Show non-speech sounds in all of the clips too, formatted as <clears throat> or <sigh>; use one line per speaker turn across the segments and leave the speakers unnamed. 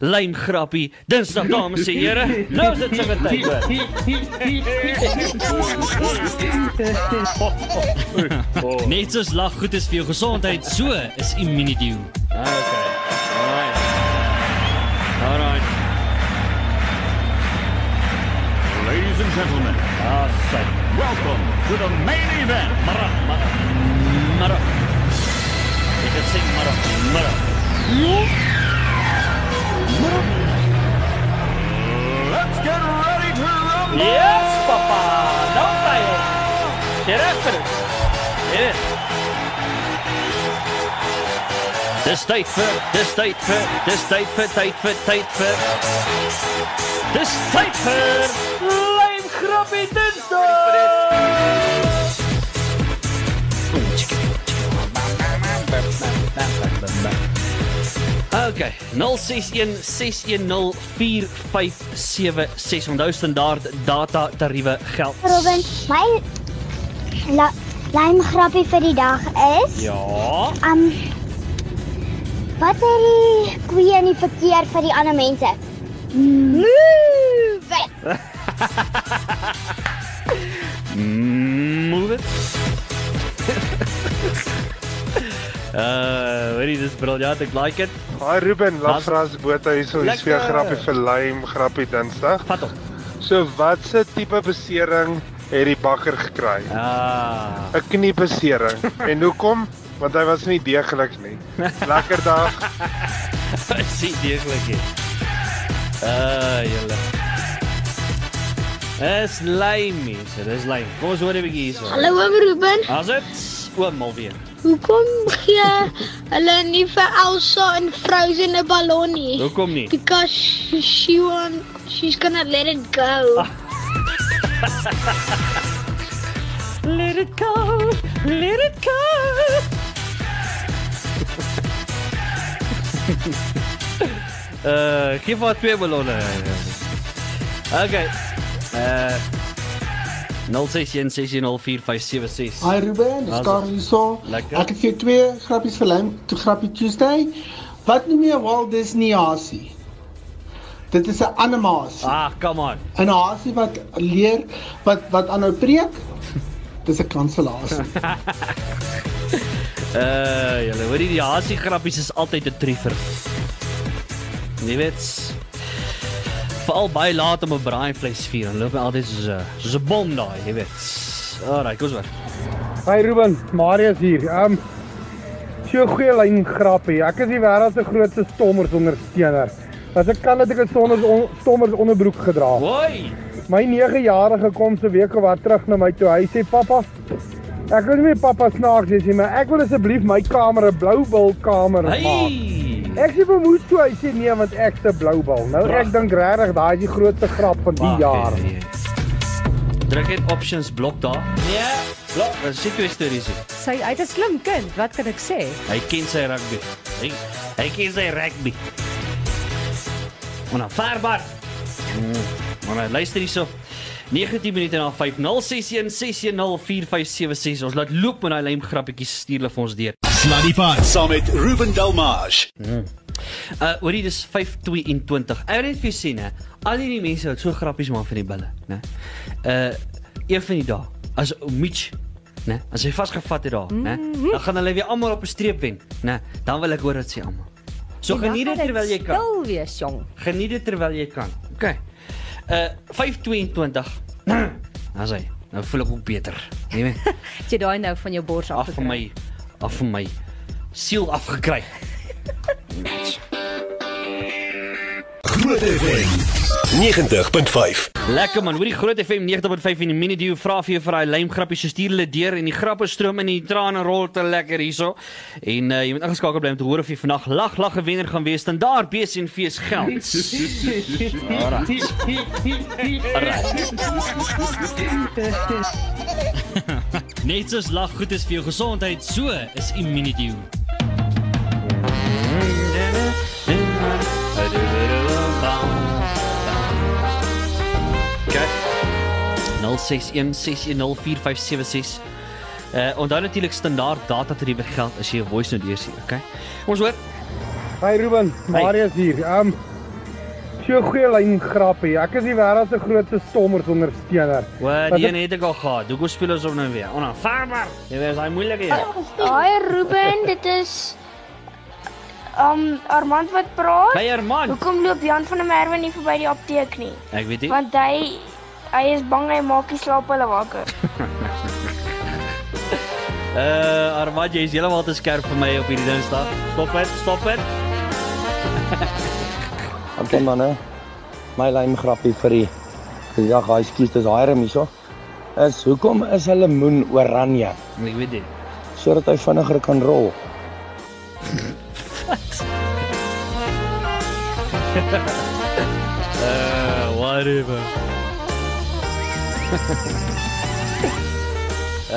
lame grappie. Dinsdag dames en here. Nou is dit seker tyd hoor. Net soos lag goed is vir jou gesondheid, so is Immunidio. Ah, Okay. Alright. Alright.
Ladies and gentlemen,
Ah, sy.
welcome to the main event.
Mara, mara. Mara. Ek het sê mara, mara.
Let's get ready to rumble.
Yes, papa. Nou daai. Dit is vir. Dit is. Dis tyd vir, dis tyd vir, dis tyd vir, tyd vir, tyd vir. Dis tyd vir Lime Grappie Dinsdag. OK, 0616104576. Onthou standaard data tariewe geld.
Robin, my la, lyn grappie vir die dag is,
Ja.
um wat sê die koeie in die verkeer vir die ander mense? Move it.
<laughs> Move it. uh, weet jy, dis briljant. Ek like dit.
Hi Ruben,
Mas-
Lafras Botha hierso. Hier's weer 'n
Lekker.
grappie vir Lime, grappie Dinsdag.
Vat hom.
So watse tipe besering het die bakker gekry?
Ah.
'n Kniebesering. en hoekom? Want hy was nie deeglik nie. Lekker dag.
Sien deeglik hier. Ah, julle. Dis lame mense, dis lame. Kom ons hoor 'n bietjie hierso.
Hallo oom Ruben,
As dit oom alweer.
hoekom gee hulle nie vir Elsa 'n frozen 'n ballon nie?
Hoekom nie?
Because she, she want she's gonna let it go.
Let it go. Let it <laughs> go. uh, geef wat twee ballonne. Okay. Uh 0616104576.
Hi Ruben, dis
Hazel.
Karel hierso.
Lekker.
Ek het vir jou twee grappies vir Lime, toe grappie Tuesday. Wat noem jy 'n Walt Disney hasie? Dit is 'n animasie.
Ah, come on.
'n Hasie wat leer wat wat aanhou preek. Dis 'n kanselasie.
Uh, julle hoor hierdie hasie grappies is altyd 'n treffer. Jy weet veral baie laat om 'n braaivleis vuur. Hulle loop altyd soos 'n soos 'n bom daai, jy weet. Alraai, kom ons hoor.
Hi Ruben, Marius hier. Ehm um, so 'n goeie lyn grappie. Ek is die wêreld se grootste stommers ondersteuner. As ek kan het ek 'n stommers on, stommers onderbroek gedra.
Hoi.
My 9-jarige kom se week of wat terug na my toe. Hy sê pappa, ek wil nie meer pappa snaaks wees nie, maar ek wil asseblief my kamer 'n bloubil kamer maak.
Hey.
Ek sê vermoed toe, hy sê nee want ek's 'n bloubil. Nou ek dink regtig daai is die grootste grap van die jaar.
Druk net options blok daar. Nee, blok. Ons sien twee stories. hier.
Sy hy het 'n slim kind, wat kan ek sê?
Hy ken sy rugby. Hy hy ken sy rugby. Onaanvaarbaar. nou, Maar nou luister hierso. 19 minute na 5 0616104576. Ons laat loop met daai lym grappietjies stuur hulle vir ons deur. Mm.
Sluddy Pod saam met Ruben Delmage.
Uh hoorie dis 522. Ek wil net vir jou sê hè, al hierdie mense wat so grappies maak van die bulle, né? Uh een van die dae as Mitch, né, as hy vasgevat het daar, né, dan gaan hulle weer almal op 'n streep wen, né? Dan wil ek hoor wat sê almal. So
Die dag
geniet dit
gaan
terwyl jy kan.
Stil wees, jong.
Geniet dit terwyl jy kan. OK. Uh <clears throat> 522. Nou sê, nou voel ek ook beter. Nee,
Het jy daai nou van jou bors af?
af van my af van my siel afgekry.
Groot FM 90.5.
Lekker man, hoorie Groot FM 90.5 en die Mini Dio vra vir jou vir daai lymgrappies, so stuur hulle deur en die grappe stroom in en die trane rol te lekker hierso. En uh, jy moet ingeskakel bly om te hoor of jy vandag lag lag 'n wenner gaan wees. Dan daar bees en fees geld. <laughs> Net soos lag goed is vir jou gesondheid, so is Imini Dio. Okay. 0616104576. Uh onthou natuurlik standaard data tariewe geld as jy 'n voice note deurstuur, okay? Ons hoor.
Hi Ruben, Marius hier. Ehm um,
So 'n goeie lyn grappie. Ek is die wêreld se grootste stommers-ondersteuner.
Wat die een het ek al gehad. Hoekom speel ons hom nou weer? Onaanvaarbaar. Dit is daai moeilike een.
<laughs> Hi Ruben, dit is um Armand wat praat.
By Herman.
Hoekom loop Jan van der Merwe nie verby die apteek nie?
Ek weet nie.
Want hy hy is bang hy maak die slaappille wakker.
Uh Armand, jy is heeltemal te skerp vir my op hierdie Dinsdag. Stop dit, stop dit.
Okay manne. My lyn grappie vir die vir die dag daai skiet is daai rem hierso. Is hoekom is 'n lemoen oranje
Ek weet dit.
sodat hy vinniger kan rol?
Uh whatever.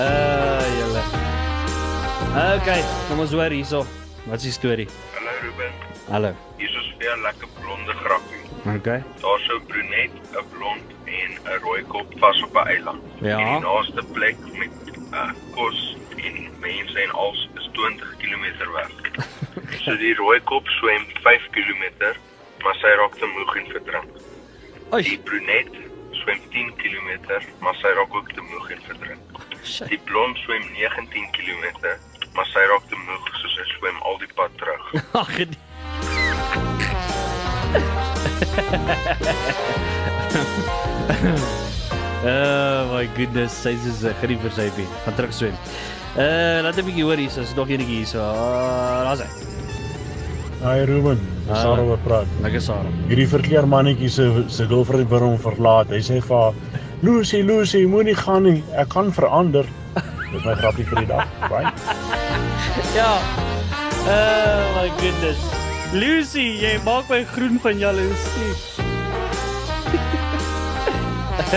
uh julle. Okay, kom ons hoor hierso. Wat is die storie?
Hallo Ruben,
Hallo.
hier is weer 'n lekker blonde grappie.
Okay.
Daar's so 'n brunet, 'n blond en 'n rooi kop vas op 'n eiland.
Ja.
En die naaste plek met uh, kos en mense en alles is 20 km weg. so die rooi kop swem 5 km, maar sy raak te moeg en verdrink.
Oei. <laughs>
Die brunet swem 10 km, maar sy raak ook te moeg en verdrink.
Shit.
Die blond swem 19 km, maar sy raak te moeg, so sy swem al die pad terug.
Ag. die- <laughs> oh my goodness, sy is 'n griep vir sy been. Gaan terug swem. Uh laat 'n bietjie hoor hier, is nog enetjie hier so. Uh, Daar's hy.
Hi Ruben,
Ah.
ons gaan oor praat.
Lekker Sarah.
Hierdie verkleermannetjie se se girlfriend wil hom verlaat. Hy sê vir haar, "Lucy, Lucy, moenie gaan nie. Ek kan verander." Dis my grappie vir die dag. Bye.
Ja. Oh my goodness. Lucy, jy maak my groen van jaloesie. <laughs>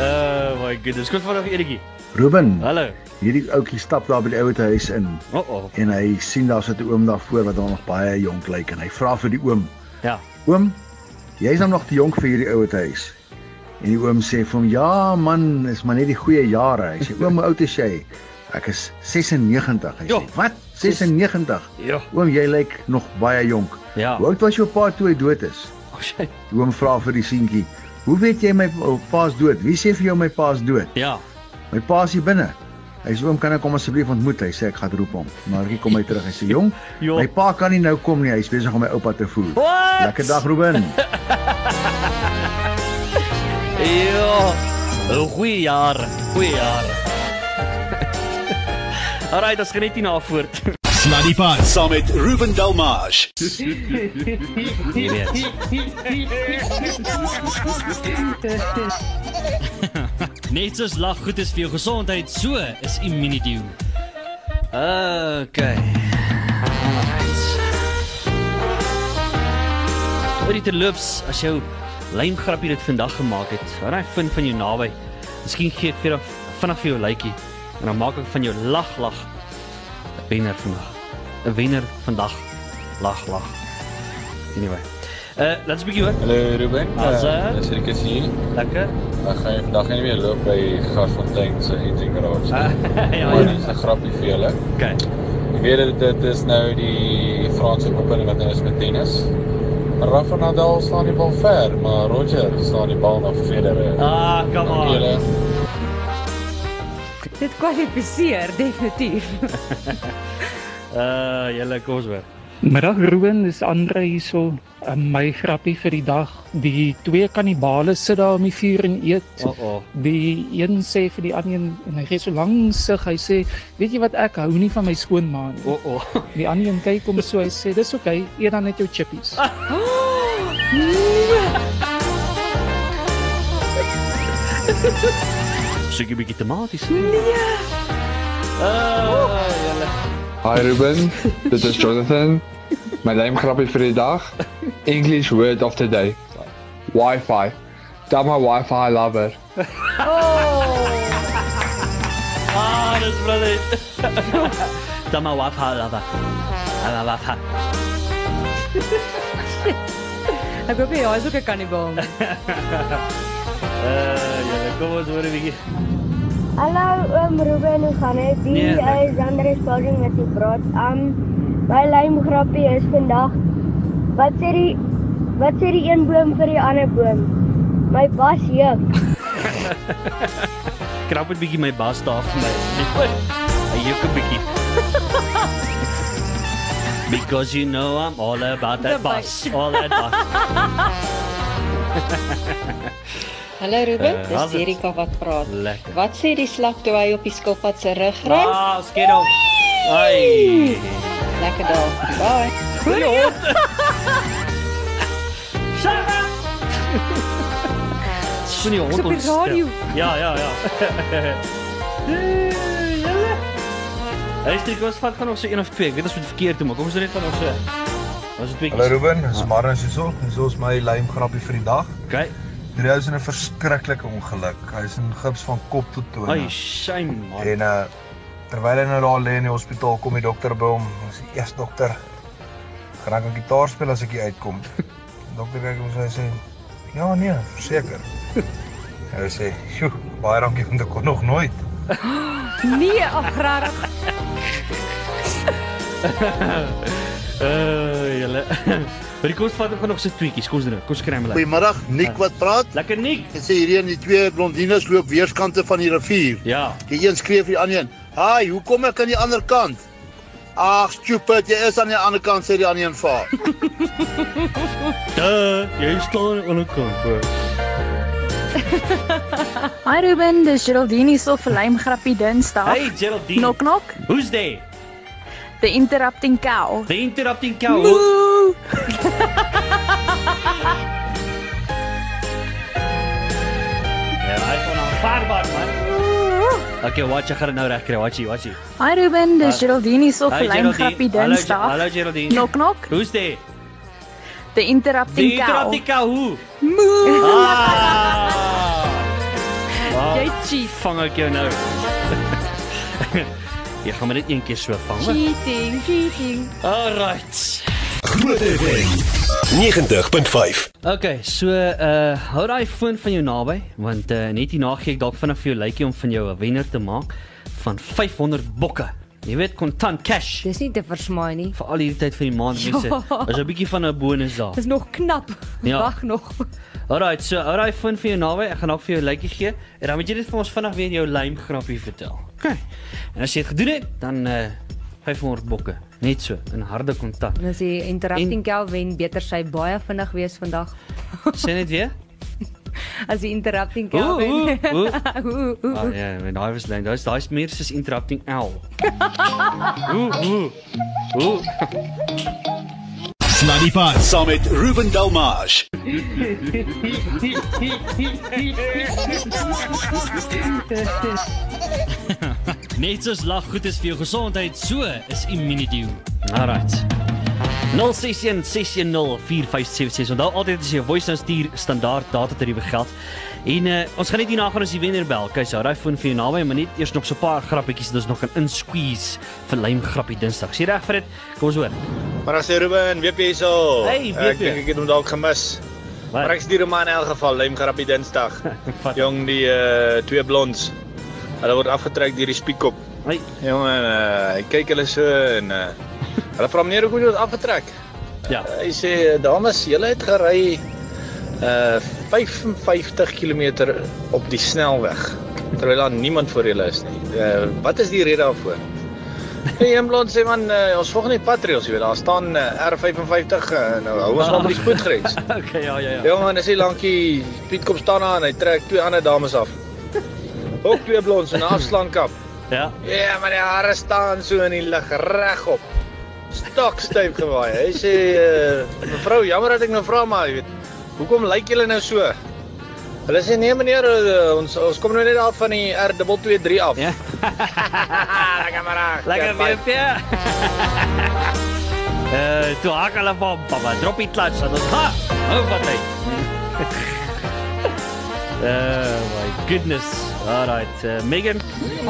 oh my goodness. Kom vir nog enetjie.
Ruben,
Hallo.
hierdie ouetjie stap daar by die ouete huis in
O oh, oh.
en hy sien daar sit 'n oom daar voor wat hom nog baie jonk lyk en hy vra vir die oom,
Ja.
"Oom, jy's nou nog te jonk vir hierdie ouete huis." En die oom sê vir hom, "Ja man, is maar net die goeie jare." Hy sê, "Oom, hoe oud is jy?" Ek is 96. Hy
Jo.
sê, "Wat? 96?"
Ja.
Oom, jy lyk nog baie jonk.
Ja.
Hoe oud was jou pa toe hy dood is?
Oh shit.
Die oom vra vir die seentjie, "Hoe weet jy my pa's dood? Wie sê vir jou my pa's dood?"
Ja.
My pa is hier binne. Hy sê oom kan ek hom asseblief ontmoet? Hy sê ek gaan roep hom. Maar hy kom hy terug. Hy sê jong, my pa kan nie nou kom nie. Hy's besig om my oupa te voer.
What?
Lekker dag Ruben.
Ja. Oh, goeie jaar. Goeie jaar. <laughs> Alraai, dit skryf nie na voort.
Sluddy Pod saam met Ruben Delmage.
Jy weet. <laughs> Net soos lag goed is vir jou gesondheid, so is Immunity. Okay. Oor die terloops, as jou lyngrappie dit vandag gemaak het, dan hy vind van jou naby. Miskien gee ek vir jou vinnig vir jou lykie en dan maak ek van jou lag lag 'n wenner vandag. 'n Wenner vandag. Lag lag. Anyway. Uh, laat ons bietjie hoor.
Hallo Ruben.
Haas,
Eh, Dis Rikus hier.
Lekker. <laughs>
Ek gaan nie vandag nie weer loop by Gasfontein se Eating Garage.
ja,
Ah, ja. Dis 'n grappie vir julle.
Okay.
Ek weet dat dit is nou die Franse opening wat nou is met tennis. Rafa Nadal slaan die bal ver, maar Roger slaan die bal na Federer.
Ah, come
on. Julle.
Dit kwalifiseer definitief. <laughs>
Uh, julle kom ons hoor.
Middag Ruben, dis Andre hierso. Uh, My grappie vir die dag. Die twee kannibale sit daar om die vuur en eet.
O, o.
Die een sê vir die ander een en hy gee so lank sug. Hy sê, "Weet jy wat ek hou nie van my skoonma nie."
O, o.
Die ander een kyk hom so, hy sê, "Dis oukei, okay, eet dan net jou chippies."
<laughs> Soek 'n bietjie tomaties. Nee. Uh, julle.
Hi Ruben, dit is Jonathan. My lymgrappie vir die dag. English word of the day. Wi-Fi. Tell my Wi-Fi lover.
Ah, dis brilliant. <laughs> Dan maar waf haal af. Dan maar waf haal.
Ek hoop jy is ook 'n kannibaal. nie.
Uh, julle kom ons hoor 'n bietjie.
Hallo oom Ruben, hoe gaan dit?
Nee,
Hier
dankie.
is Andre Spalding wat u praat. Um my lymgrappie is vandag wat sê die
Wat sê die een boom vir die ander boom? My bas juk.
Krap 'n bietjie my bas daar vir my. Hy juk 'n bietjie. Because you know I'm all about that bus, all that bus.
Hallo Ruben,
Eh,
dis
Hazard.
Erika wat praat.
Lekker.
Wat sê die slag toe hy op die skilpad se rug ry?
Ah, skedel. Ai.
Lekker dag. Bye.
Goeie Sien jy hond
Dis op die
ons? stil.
radio.
Ja, ja, ja. <laughs> Hy sê kos vat gaan ons so een of twee. Ek weet ons moet verkeerd doen, maar kom ons doen net van eh, ons so. Ons het twee.
Hallo Ruben, dis Marius hierso. Dis ons my lym grappie vir die dag.
Okay.
Drie is in 'n verskriklike ongeluk. Hy's in gips van kop tot nee. tone.
Ai, shame man.
En uh terwyl hy nou daar lê in die hospitaal kom die dokter by hom. Ons die eerste dokter. Gaan ek 'n gitaar speel as ek hier uitkom. Die dokter kyk hom so en sê: "Ja nee, verseker." En hy sê: "Sjoe, baie dankie want ek kon nog nooit."
Nee, ag regtig.
Eh, julle. <laughs> Maar die kos vat gaan nog so tweetjies. Kom ons doen dit. Kom ons kry hom lekker.
Goeiemiddag, Nick
Ah.
wat praat.
Lekker Nick.
Ek sê hierdie en die twee blondines loop weerskante van die rivier.
Ja.
Die een skree vir die ander een: "Haai, hoe kom ek aan die ander kant?" Ag, stupid, jy is aan die ander kant sê die ander een vir. haar.
Duh, jy staan aan die kant. hoor.
Hi Ruben, dis Geraldine hier so vir lym grappie Dinsdag.
Hey Geraldine.
Knock knock.
Who's there?
The interrupting cow.
The interrupting cow.
<laughs> Moo.
Ja, hy gaan aanvaarbaar man. Okay, watch, ek gaan dit nou regkry. Watch, hier, watch. hier.
Hi Ruben, dis
Hi.
Geraldine hier so
Hi,
vir lym
Geraldine.
grappie
Hallo, Ge-
Dinsdag.
Hallo Geraldine.
Knock knock.
Who's there?
The interrupting
Die
cow.
interrupting cow. Who?
Moo.
Ah,
<laughs> Jy
cheat. Vang ek jou nou. <laughs> Jy gaan my net een keer so vang. hoor.
Cheating, cheating.
Alright.
Groot FM 90.5.
Okay, so uh hou daai foon van jou naby want uh net hierna gee ek dalk vinnig vir jou lykie om van jou 'n wenner te maak van 500 bokke. Jy weet kontant cash.
Dis nie te versmaai nie.
Vir al hierdie tyd van die maand
Ja.
mense. Is 'n bietjie van 'n bonus daar.
Dis nog knap.
Ja.
Wag nog.
Alright, so hou daai foon vir jou naby. Ek gaan dalk vir jou 'n lykie gee en dan moet jy dit vir ons vinnig weer jou lym grappie vertel. Okay. En as jy dit gedoen het, dan uh 500 bokke, net so in harde kontak.
Nou sê interrupting cow wen beter sy baie vinnig wees vandag
Sien dit weer?
as die interrupting
Ooh,
cow wen.
ooh,
<laughs> Ooh, ooh,
Ah,
ooh.
ja, en daai was lyn. Daai's daai's meer soos interrupting L. Ooh, ooh. Ooh.
Sluddy Pod saam met Ruben Delmage.
Net soos lag goed is vir jou gesondheid, so is Immunity.
Alright. 0616104576. Onthou altyd as jy 'n voice nou stuur, standaard data tariewe geld. En uh, ons gaan net hierna gaan as die wenner bel. Okay, so hou daai foon vir jou naby, maar net eers nog so 'n paar grappietjies wat ons nog kan insqueeze vir lym grappie Dinsdag. Is jy reg vir dit? Kom ons hoor.
Maar as jy Ruben, weet jy hierso.
Hey,
ek
WP.
dink ek het hom dalk gemis. Maar ek stuur hom maar in elk geval lym grappie Dinsdag.
<laughs>
Jong die uh, twee blonds. Hulle word afgetrek deur die spiekkop.
Hey.
Jong en uh, hy kyk hulle so en uh, hulle vra meneer hoekom jy dit afgetrek?
Ja. <laughs>
Uh, hy sê dames, julle het gery uh 55 km op die snelweg terwyl daar niemand voor julle is nie. Uh, wat is die rede daarvoor? Nee, een blond sê man, uh, ons volg nie patriots, jy weet, daar staan uh, R55 uh, nou hou ons maar by die spoedgrens.
okay, ja, ja,
Ja man, dis hy lankie Piet kom staan daar en hy trek twee ander dames af. Ook twee blonds en 'n afslankap.
Ja.
Ja, maar die hare staan so in die lug regop. Stokstyf gewaai. Hy sê eh, mevrou, jammer dat ek nou vra maar, jy weet, hoekom lyk julle nou so? Hulle sê nee meneer, eh, ons ons kom nou net af van die R223 af. Ja. <laughs> Lekker maar. reg.
Lekker
Ja, bye.
<laughs> weer. Eh, toe hak hulle van papa. Drop die klats dat ons ha. Hou van <laughs> hy. Oh my goodness. Alright, uh, Megan.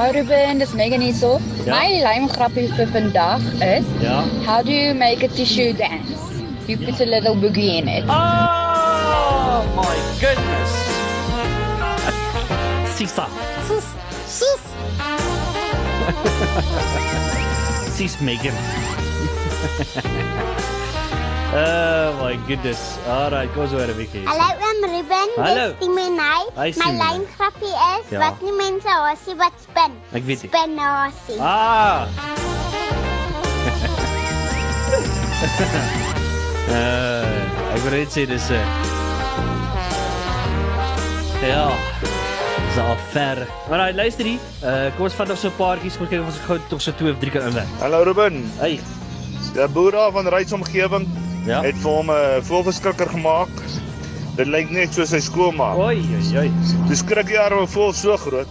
Hi Ruben, dis Megan hierso.
Ja.
My lymgrappie vir vandag is
Ja.
How do you make a tissue dance? You put a little boogie in it.
Oh my <laughs> goodness. Sisa.
Sis.
<laughs>
Sis.
<laughs> Sis Megan. Uh,
Oh my goodness. Alright, kom ons hoor 'n bietjie.
Hallo oom Ruben,
Hallo.
dis die menai.
Hy is
My
die Menai.
lyngrappie is
Ja.
wat nie mense hasie wat spin.
Ek weet nie.
Spin hasie.
<laughs>
Ah.
Uh, ek wil net sê dis 'n Ja. Dis al ver. Alraai, luister hier. Uh, kom ons vat nog so 'n paartjies, kom ons kyk of ons gou tog so twee of drie kan inwerk.
Hallo Ruben. Hey. Die boer daar van Rydsomgewing ja? het vir hom 'n voelverskrikker gemaak. Dit lyk net soos sy skoolma. Oei, oei, oei. Die skrikjaar was vol so groot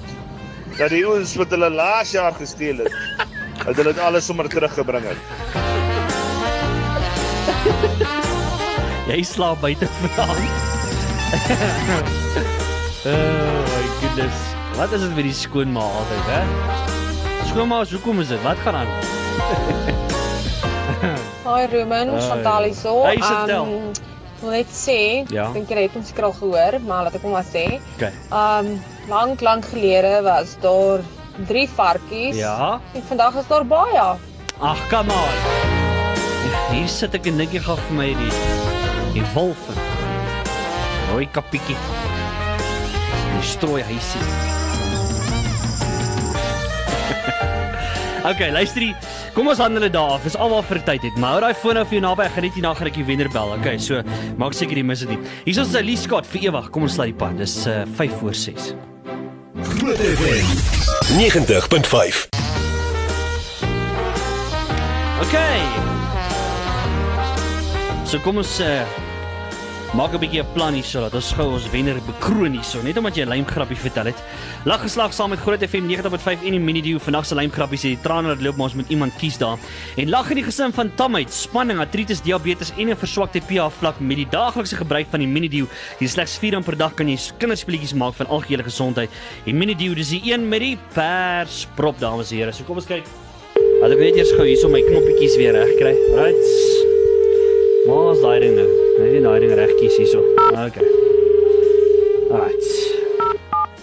dat die ouens wat hulle laas jaar gesteel het, <laughs> dat hulle dit alles sommer teruggebring het.
Jy slaap buite vanaand. <laughs> oh my goodness. Wat is dit met die skoonma altyd, hè? Skoonma, is- hoekom is dit? Wat gaan aan?
<laughs> Hi Ruben,
Hi.
Chantal hierso.
Hey, Chantal.
Um, ek wil net sê,
Ja.
ek dink jy het ons seker al gehoor, maar laat ek hom maar sê.
Okay.
Um lank lank gelede was daar drie varkies.
Ja.
En vandag is daar baie.
Ag, kom aan. Hier sit ek en dink jy gaan vir my die die wolf. Rooi kappietjie. Die strooi huisie. <laughs> Okay, luister hier. Kom ons handel dit daar af. Dis alwaar vir tyd het. Maar hou daai foon nou vir jou naby. Ek gaan net hierna gaan ek die wenner bel. Okay, so maak seker jy mis dit nie. Hier is eh, Lee Scott vir ewig. Kom ons sluit die pad. Dis uh, 5 voor 6.
Groot FM 90.5.
Okay. So kom ons uh, maak 'n bietjie 'n plan hierso dat ons gou ons wenner bekroon hierso, net omdat jy 'n lymgrappie vertel het. Laggeslag saam met Groot FM 90.5 en die Mini Dio vandag se lymgrappies het die trane wat loop, maar ons moet iemand kies daar. En lag in die gesin van tamheid, spanning, artritis, diabetes en 'n verswakte pH vlak met die daaglikse gebruik van die Mini Dio. Hier slegs 4 dan per dag kan jy kinderspelletjies maak van algehele gesondheid. Die Mini Dio, dis die een met die persprop dames en here. So kom ons kyk. Hulle weet eers gou hierso my knoppietjies weer reg kry. Right. Maar as daai ding nou, net die daai ding reg kies hierso. Okay. Right.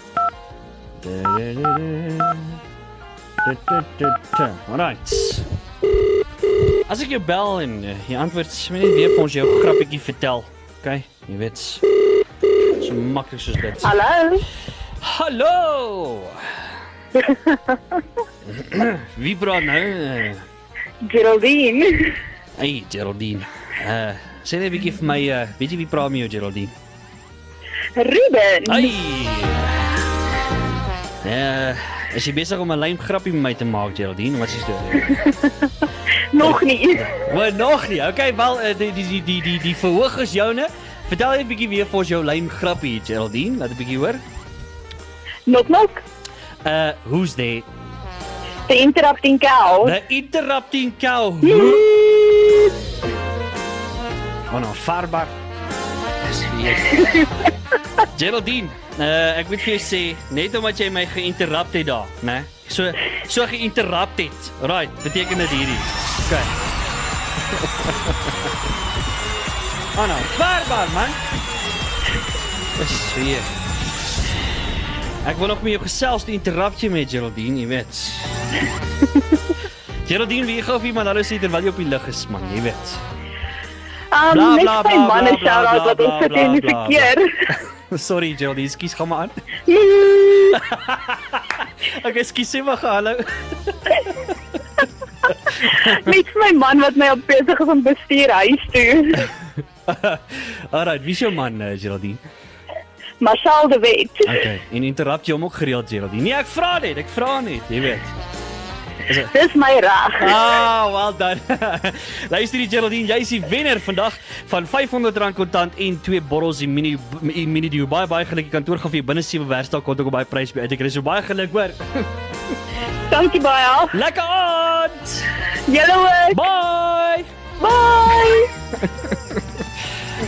Right. As ek jou bel en eh, jy antwoord, moet net weer vir ons jou grappietjie vertel. Okay? Jy weet. So maklik soos dit.
Hallo.
Hallo. Wie praat nou? Eh,
Geraldine.
Hey Geraldine. Uh, sê net 'n bietjie vir my, uh, weet jy wie praat met jou Geraldine?
Ruben.
Hey. Uh, is jy besig om 'n lyn grappie met my te maak Geraldine? Wat is dit?
<laughs> Nog nie.
Maar eh, nog nie. Okay, wel uh, die die die die die, die verhoog is joune. Vertel net 'n bietjie weer vir ons jou lyn grappie Geraldine. Laat 'n bietjie hoor.
Knock knock.
Uh, who's there?
The interrupting cow.
The interrupting cow. Oh no, farbar. Dis weer. <laughs> Geraldine, uh, ek moet vir jou sê, net omdat jy my geïnterrupt het daar, né? So so geïnterrupt het. Right, beteken dit hierdie. OK. oh no, farbar man. Dis weer. Ek wil nog met jou gesels, die interruptjie met Geraldine, jy
<laughs>
weet. Geraldine, wie gou of iemand hallo sê terwyl jy op die lig is, man, jy weet.
Um
Bla,
net my
bla, bla,
man
bla,
is
bla,
shout out
bla,
wat ons
bla,
sit in die
bla, bla.
verkeer.
<laughs> Sorry Geraldine, skus gaan
<laughs>
maar aan. okay, skus sê maar gou hallo.
<laughs> Net my man wat my op besig is om bestuur huis toe.
<laughs> Alright, wie is jou man uh, Geraldine?
Marshall de Wet.
Okay, <laughs> en interrupt jy hom ook gereeld Geraldine? Nee, ek vra net, ek vra net, jy weet. Is dit
Dis my reg.
Ah, well done. <laughs> Luister die Geraldine, jy is die wenner vandag van R500 kontant en twee bottels in mini in mini die baie baie geluk. Die kantoor gaan vir jou binne 7 werksdae kon ook op baie prys by uit. Ek kry so baie geluk hoor. <laughs>
Dankie baie.
Lekker aand.
Julle ook.
Bye. <laughs>
Bye.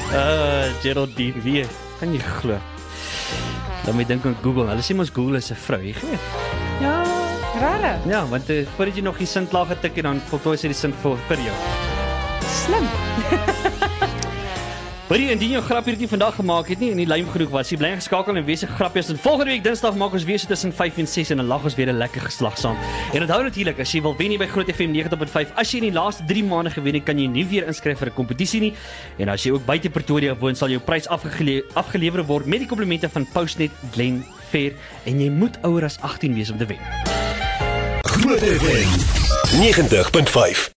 Uh, Geraldine, wie kan jy glo? Dan moet jy dink aan Google. Hulle sê mos Google is 'n vrou, jy weet.
Ja, regtig.
Ja, want uh, voordat jy nog die sin klaar getik en dan voltooi sy die sin vir vir jou.
Slim.
Hoorie, indien jou grap hierdie vandag gemaak het nie en nie lym genoeg was, jy bly geskakel en wees se grappies en volgende week Dinsdag maak ons weer so tussen 5 en 6 en dan lag ons weer 'n lekker geslag saam. En onthou natuurlik, as jy wil wen hier by Groot FM 90.5, as jy in die laaste 3 maande gewen het, kan jy nie weer inskryf vir 'n kompetisie nie. En as jy ook buite Pretoria woon, sal jou prys afgele afgelewer word met die komplimente van Postnet Glen Fair en jy moet ouer as 18 wees om te wen.
Groot FM 90.5